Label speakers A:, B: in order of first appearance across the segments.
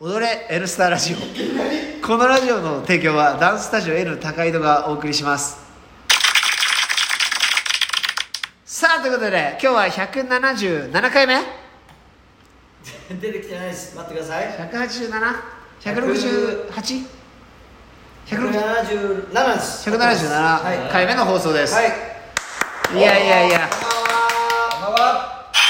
A: 踊れ N スターラジオこのラジオの提供はダンススタジオ N 高井戸がお送りしますさあということで今日は177回目
B: 出てきてないです待ってください
A: 187?168?177
B: 177ですはい
A: 回目の放送です、
B: はい
A: い、やいやいや
B: こんばんは
A: さ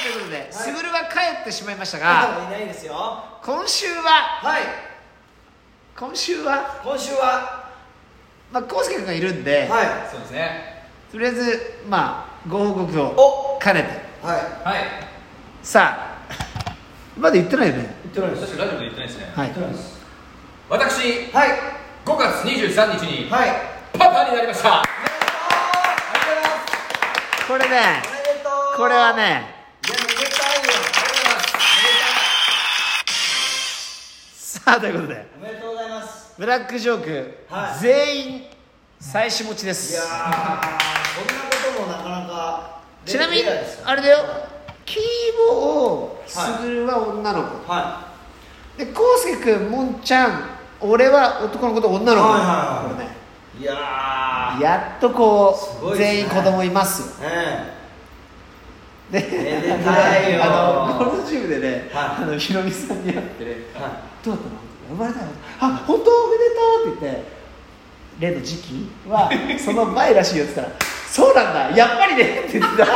A: あということで、スグルは帰ってしまいました
B: あ
A: が
B: いないですよは
A: 今週はい今週は
B: 今週は
A: まあ康介君がいるんで、
B: は
C: そうですね
A: とりあえずまあご報告
B: お
A: を兼ねて
B: いは
C: はい
A: さあまだ言ってないよね
B: い言ってないです
C: 私ラジオで言ってないですね
A: はい
B: 言ってないです
C: 私
B: はい
C: 5月23日に
B: はい
C: パパになりました
A: これね
B: おめでとう
A: これはね
B: いやめでたいよ
A: さあということで
B: おめでとうございます
A: ブラックジョーク、
B: はい
A: 全員妻子持ちで
B: いや
A: す
B: ーこんなこともなかなか
A: ちなみに
B: レアですよ
A: あれだよキーボースグルは女の子、
B: は
A: で康介君もんちゃん俺は男の子と女の子、
B: はいはいはい
A: これね
B: いいや
A: やっとこ
B: す
A: う、
B: ごいですね
A: 全員子供いますよ
B: ーね
A: で
B: めでたいよ
A: あのこのジムでね、
B: はい
A: あのひろみさんに会ってね
B: えはい
A: 「どうだったの?」生まれたの?」あ本当おめでとう」って言って例の時期はその前らしいよって言ったら「そうなんだやっぱりね」って言ってた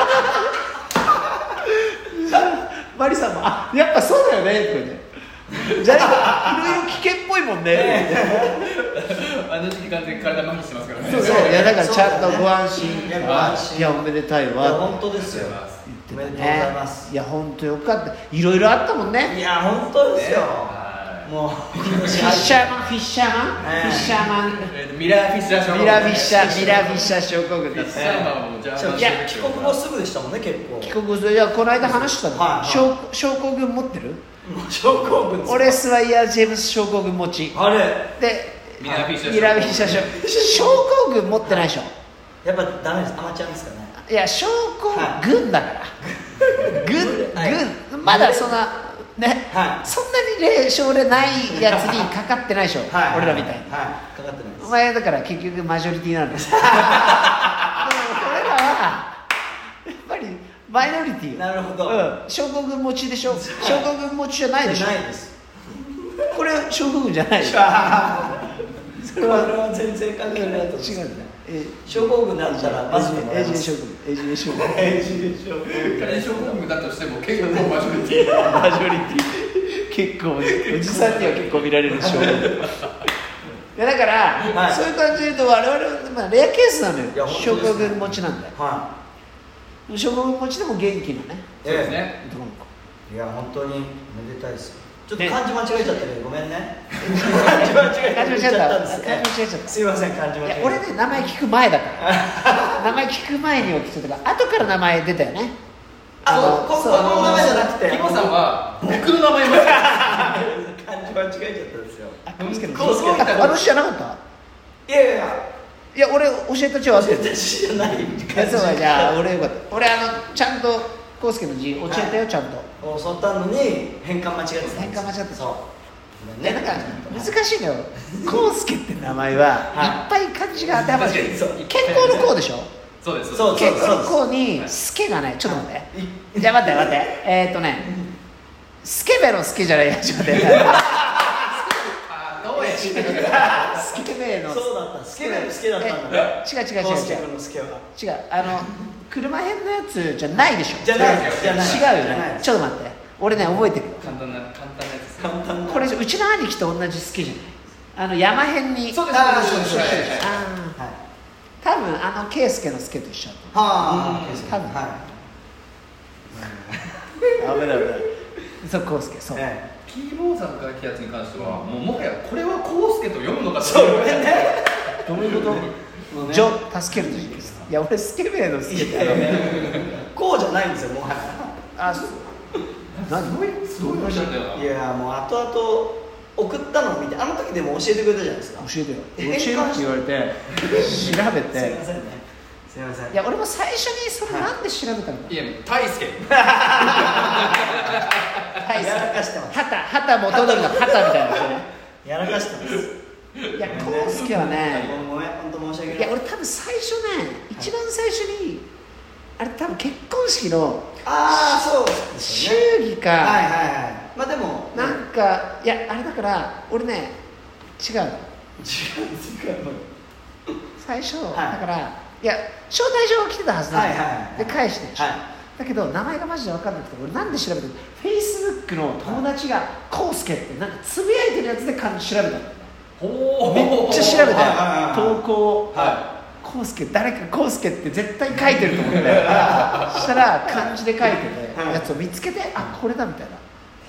A: マリさんも「あやっぱそうだよね」って言って「じゃあいろいろ危険っぽいもんね」って言って
C: あの時期完全に体麻痺してますからね
A: そうそういやだからちゃんとご安心
B: いやご安心
A: いやおめでたい
B: いや
A: わ
B: 本当ですよお
A: 言
B: め
A: っ
B: で
A: て
B: とう
A: た
B: ご
A: ね
B: ざいます
A: いや本当よかったいろいろあったもんね
B: いや本当ですよ
C: は
B: もう
A: フィッシャーマン、フィッシャーマン、
B: ねえ
A: フィッシャーマン、
C: いえーミラーフィッシャー
A: ミラーフィッシャー、
C: フ
A: ミラーフィッシャー症候群
C: ィ
A: だっ
C: ッシ
A: た。
C: ャーマンもジャーマン
B: いや帰国もすぐでしたもんね結構
A: 帰国する、いや、この間話した
B: はいは
A: の、
B: い
A: 症症候群持ってる
B: もう症候群です
A: 俺、スワイヤー・ジェームス症候群持ち。
B: あれ
A: で、
C: ミラーフィッシャー
A: ミラーフィッシャー症症候群持ってないでしょ。
B: やっぱダメですアマチュアですかね
A: いや、症候群だから。
B: はい
A: 群、群、まだそんな、ね
B: は、い
A: そんなにね症例ないやつにかかってないでしょ、
B: はい
A: 俺らみたいに。
B: はいかかってないで
A: お
B: す
A: 前だから結局マジョリティなんです でも俺らはやっぱりマイノリティ
B: なるほど
A: うん、症候群持ちでしょ 症候群持ちじゃないでしょ
B: ないです
A: これは症候群じゃない でしょ
B: それは全然関係ないと思
A: 違
B: う
A: うんだえ
B: 症候群だったらマスクもら
A: エ
B: え
A: イジ
B: ま
A: エイジ
B: す
A: エイジエイジエイジ症候群
B: エイジでしょ
C: 仮に症候群だとしても結構マジョリティ
A: マジョリテ ィ結構おじさんには結構見られる症候 群いやだから、
B: はいそう
A: いう感じで言うと我々、まあ、レアケースなの
B: いや
A: よ
B: 本当です
A: 症候群持ちなんだよ
B: は
A: 症候群持ちでも元気なね
B: い
C: そうですね
A: 男 の子
B: いや本当にめでたいですよちょっと
A: ね
B: 漢字間違えちゃったけどごめ んね漢字間違えちゃったんですね
A: 漢字間違えちゃった
B: すいません漢字間
A: い
B: 違
A: や
B: え
A: 俺ね名前聞く前だから名前聞く前に起きてたから後から名前出たよね
B: あそう
A: の
B: こ
A: そ
B: この名前じゃなくて
C: キコさんは僕の名前間違
B: 漢字間違えちゃったんですよ
A: あこうすけの
C: こうすけの
A: ああの人じゃなかった
B: いやいや
A: いや俺教えたちは忘れてる
B: 私じゃない
A: いや
B: 感
A: そうだ
B: じ
A: じゃあ俺よかった俺あのちゃんとこうすけの字教えたよちゃんと
B: を襲ったのに変換間違えてたんです
A: 変換間違ってた
B: そうご
A: い
B: め
A: や
B: ん
A: なん
B: ね
A: か難しいのよこうすけって名前は
B: はい
A: っぱい漢字が当てはまる
B: 確かにそう
A: 健康のこうでしょ
C: そうです
B: そう
A: 結構
B: です
A: こうに
C: はい
A: スケがないちょっと待ってじゃあ待って待ってえーっとねスケベのスケじゃないやちょっと待って
C: あどうやって
A: スケベの
B: そうだったスケベのスケだったんだね
A: え違う違う違う
B: コースケベのスケは
A: 違うあの車編のやつじゃないでしょ
B: じゃないじゃない
A: 違う
B: じ
A: よ
B: ゃない
A: ねちょっと待って俺ね覚えてるよ
C: 簡単な簡単なやつ
B: 簡単な
A: これうちの兄貴と同じ好きじゃないあの山編に
C: そうです
B: あー
C: そうです
B: そうです
C: そうで
A: あ
C: す
A: あ
B: はい
A: 多分あの圭介のスケと一緒だ
B: はあ
A: うん
B: そう
A: 多分
B: は
A: と思う危ない危ないそう康介そう
B: いえ
C: キーボーさんから来たやつに関してはもうもはやこれはコウスケと読むのか
B: え
C: と
B: そうごめん ね
A: どういうこ
B: もう
A: と
B: ね
A: ジョ助けるときですいや俺スケベのス
B: い
A: ケっ
B: やいやい
A: て
B: やこうじゃないんですよもはや
A: あそう何
C: すごいすごい話なんだよ
B: いやもう後々送ったのを見てあの時でも教えてくれたじゃないですか
A: 教えてよ教
B: え
A: えろって言われて調べ
B: すい
A: て
B: ませんねすいません
A: いや俺も 最初にそれなんで調べたのか
C: ないや大輔
A: 大対する
B: やらかしてます
A: 旗旗もとどりの旗みたいな人ね
B: やらかしてます
A: いや康介はね
B: ごめん本当申し
A: い
B: 訳
A: や
B: ない
A: 俺多分最初ね一番最初にあれ多分結婚式の
B: ああそうです
A: 祝
B: よね
A: 儀か、
B: はいはいはいまあでも
A: なんかいやあれだから俺ね違うの
B: 違う違う
A: 最初、
B: はい
A: だからいや招待状が来てたはずなの、
B: はいはいはい
A: で返してでしょ、
B: はい
A: だけど名前がマジで分かんなくて俺なんで調べてるフェイスブックの友達が「コウスケ」ってなんかつぶやいてるやつで感じ調べたの
C: ほー
A: めっちゃ調べ
B: はいはい
A: た
B: はい
A: よ投稿
C: は
A: コウスケ誰かコウスケって絶対書いてると思って そしたら漢字で書いて
B: は
A: る
B: い
A: やつを見つけてあこれだみたいな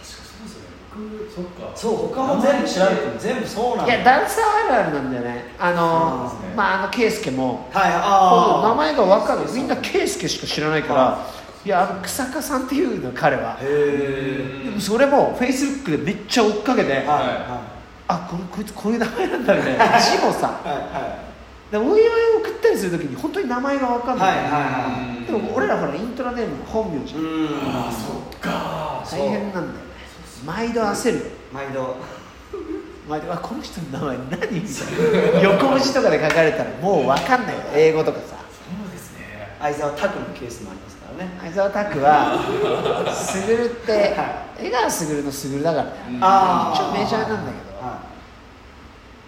C: そうですね僕そっか
B: そう他も全部調べても全部そうなん
A: い
B: だ
A: やダンサーあるあるなんだよねあの
B: そうなんです
C: ね
A: まああの圭介も
B: はい
A: こ
B: あ
A: う
B: あ
A: 名前が分か
B: そう
A: る
B: そう
A: みんな圭介しか知らないから
B: はい
A: やあの草加さんっていうの彼は
B: へえ
A: でもそれもフェイスブックでめっちゃ追っかけて
B: はいは
A: あこのこいつこういう名前なんだみたいな字もさ
B: いはいは
A: でお祝いを送ったりするときに本当に名前が分かん
B: い
A: ない、
B: はいはい
C: うん
A: でも俺らほらイントラネームの本名じゃん
B: うん
C: ああそっか
B: そう
A: 大変なんだよね毎度焦るよ
B: 毎度
A: 毎度あこの人の名前何みたい な横文字とかで書かれたらもう分かんないよ英語とかさ
C: そうですね
B: 相沢拓のケースもありますからね
A: 相沢拓はすぐるって
B: は
A: 江川すぐるのすぐるだからね
C: うん
B: あー
A: 一応メジャーなんだけど
B: は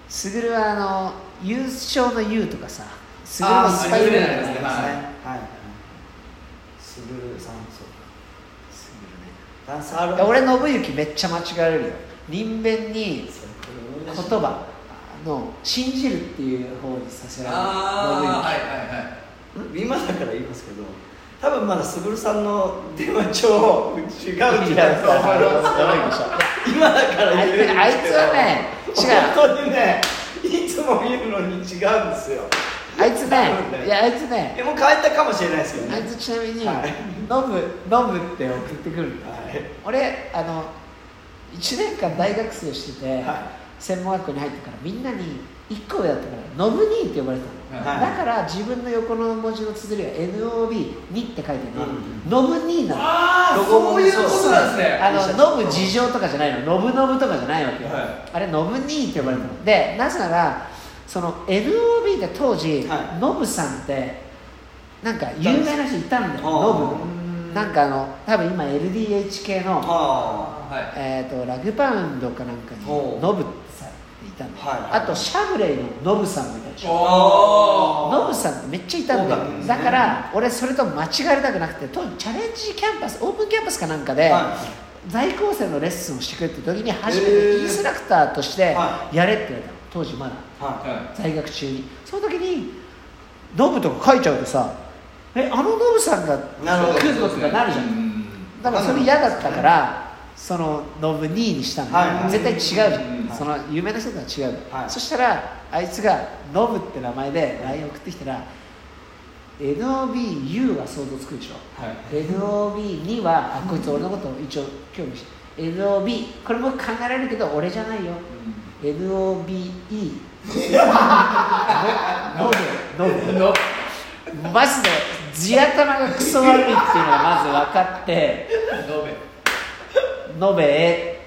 A: すぐるはあの優勝の優とかさす
B: い
A: ぐるのスパイ
B: あー
A: ル
B: 優
A: だ
B: れ
A: から
B: ないですね
C: はい
B: はいすぐるさんそう
A: す
B: ダンサー
A: ぐ
B: あ
A: る
B: る
A: ね俺信行めっちゃ間違えられるよ人弁に言葉の信じるっていう方にさせられる
C: ああ
A: 信
C: は
A: 行
C: いはいはい
B: 今だから言いますけど多分まだすぐるさんの電話帳を違う違う今だ
A: いやそうそれはやばいでしょ
B: から言えるんですけど
A: あいつはね違う
B: 本当にねいつも言うのに違うんですよ
A: あいつ
B: 多分
A: ね
B: ね
A: いやあいつね
B: えもう変えたかもしれないですけどね
A: あいつちなみに「飲
B: はい
A: む飲む」って送ってくるんだ
B: はい
A: 俺あの1年間大学生してて、
B: はい
A: 専門学校に入ってからみんなに1個上だったから「ノブニー」って呼ばれてたの、
B: はい
A: だから自分の横の文字の綴りは NOB2 って書いてるの、
B: う
A: ノブニーなの
C: ああ
B: ロゴも
C: そういうことなんですね
A: あの飲む事情とかじゃないのノブノブとかじゃないわけよ、
C: はい
A: あれノブニーって呼ばれるのでなぜならその NOB って当時、
B: はい
A: ノブさんってなんか有名な人いたんだよ
B: あー
A: ノブなんかあの多分今 LDH 系の、
B: は
C: はい
A: えー、とラグパウンドかなんかに
B: おう
A: ノブってさっていたんだよ、
B: は
A: あ
B: い
A: とシャブレイのノブさんもいたでしょ
C: お
A: ノブさんってめっちゃいたんだ
B: そう
A: よ
B: だね
A: だから俺それと間違えられたくなくて当時チャレンジキャンパスオープンキャンパスかなんかで、
B: は
A: 在校生のレッスンをしてくれって時に初め
B: へ
A: て
B: ー
A: インストラクターとして
B: は
A: やれって言われたの当時まだ
B: いは
C: は
A: 在学中にその時にノブとか書いちゃうとさえあのノブさんが
C: い
B: なるほど
A: 来るぞとかなるじゃ
C: うんん
A: だからそれ嫌だったからそのノブ2にしたの、
B: はい
A: 絶対違うじゃん、
C: うん
A: その有名な人とは違う、
B: はい
A: そしたらあいつがノブって名前で LINE 送ってきたら NOBU は想像つくでしょ
C: はい
A: NOB2 はあこいつ俺のこと一応興味して NOB これも考えられるけど俺じゃないよ NOBE ノブノブ
C: の
A: マジで地頭がクソ悪いっていうのがまず分かって
C: のべ
A: 延べへって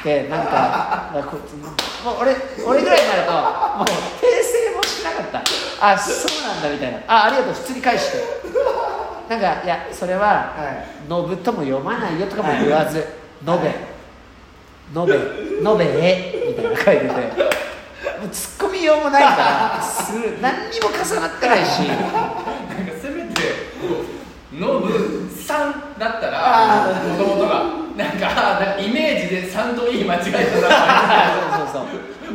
A: 来てなん かなんかこいつもう俺俺ぐらいになるともう訂正もしなかったあそうなんだみたいなあありがとう普通に返してなんかいやそれは「のぶ」とも読まないよとかも言わず「のべ」「のべ」「のべへ」みたいなの書いててもうツッコミようもないからす何にも重なってないし
C: なんかせめてノブさんだった
B: あ
C: らもともとがなんかあーなんかイメージで3と E 間違えたな
A: そうそうそう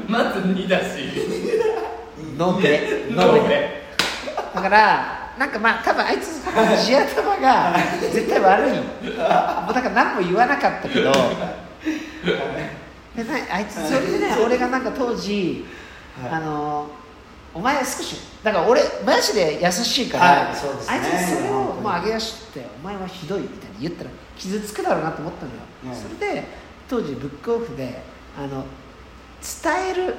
C: まず2だし
A: 「のべ」「の
C: の
A: べ」
C: べ
A: だからなんかまあ多分あいつ地頭が絶対悪いもうだから何も言わなかったけどでなあいつそれでね俺がなんか当時、
B: は
A: あ
B: い
A: のお前少しだから俺マジで優しいから、
B: はいそうですね
A: あいつにそれを
B: 本当に
A: もう上げ足ってお前はひどいみたいに言ったら傷つくだろうなと思ったのよ、
B: うん
A: それで当時ブックオフであの伝える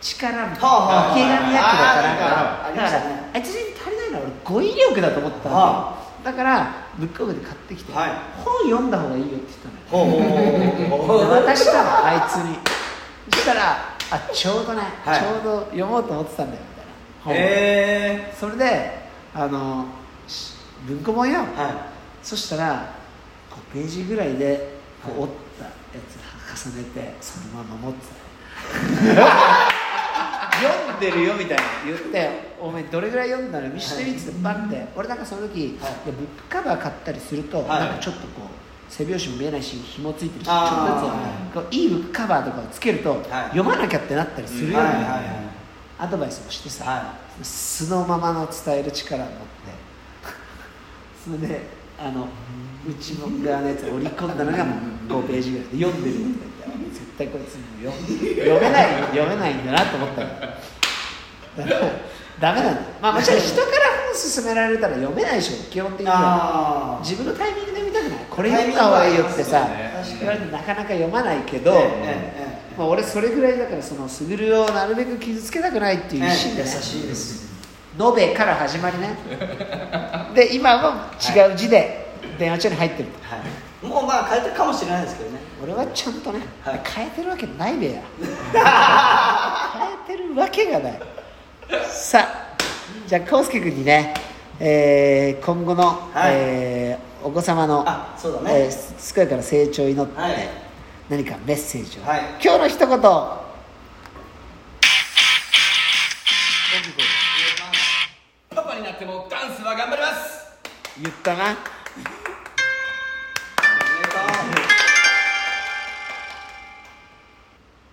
A: 力みたいな
B: はあはあはあ
A: 経団薬だから
B: あーなんかあり
A: だか
B: ました
A: ら
B: ね
A: あいつに足りないのは俺語彙力だと思ったのよ
B: は
A: だからブックオフで買ってきて、
B: はい
A: 本読んだ方がいいよって言ったのよ
B: おおおおおお
A: 渡したのあいつにそしたらあちょうどね、
B: はい
A: ちょうど読もうと思ってたんだよみたいな本を
B: へえ
A: それであのし文庫本よ、
B: は
A: そしたら5ページぐらいでこう折ったやつ重ねてそのまま持ってた 読んでるよみたいな言って「お前どれぐらい読んだの見してみ」っつってバンって俺なんかその時、
B: はい
A: でブックカバー買ったりすると、
B: はい
A: なんかちょっとこう背表紙も見えないし紐ついてるしちょっとずつ
B: あー
A: こういいブックカバーとかをつけると、読まなきゃってなったりす
B: い
A: るよう
B: はい
A: な、
B: はい
A: アドバイスもしてさ、
B: は
A: 素のままの伝える力を持って それであのうちの側のやつを織り込んだのがもう5ページぐらいで読んでるよって言って絶対こいつもう読読めない読めないんだなと思ったのだからダメなんだよまあもちろん人から本勧められたら読めないでしょ基本的には
B: ああ
A: 自分のタイミングで見たくないこれ読んだ方がいいよってさ
C: タイミングはありますよね
A: 言われてなかなか読まないけど、
B: ええええええ
A: まあ、俺それぐらいだからそのスグルをなるべく傷つけたくないっていう一心で、
B: 優しいです
A: 延べから始まり ねで今は違う字で電話帳に入ってると、
B: はいもうまあ変えてるかもしれないですけどね
A: 俺はちゃんとね、
B: はい
A: 変えてるわけない べや変えてるわけがないさあじゃあ康介君にね、えー今後の、
B: はい
A: えーお子様の
B: あそうだね
A: えー健やかな成長を祈って、
B: はい
A: 何かメッセージを、
B: はい
A: 今日の一言
C: パパになってもダンスは頑張ります
A: 言ったな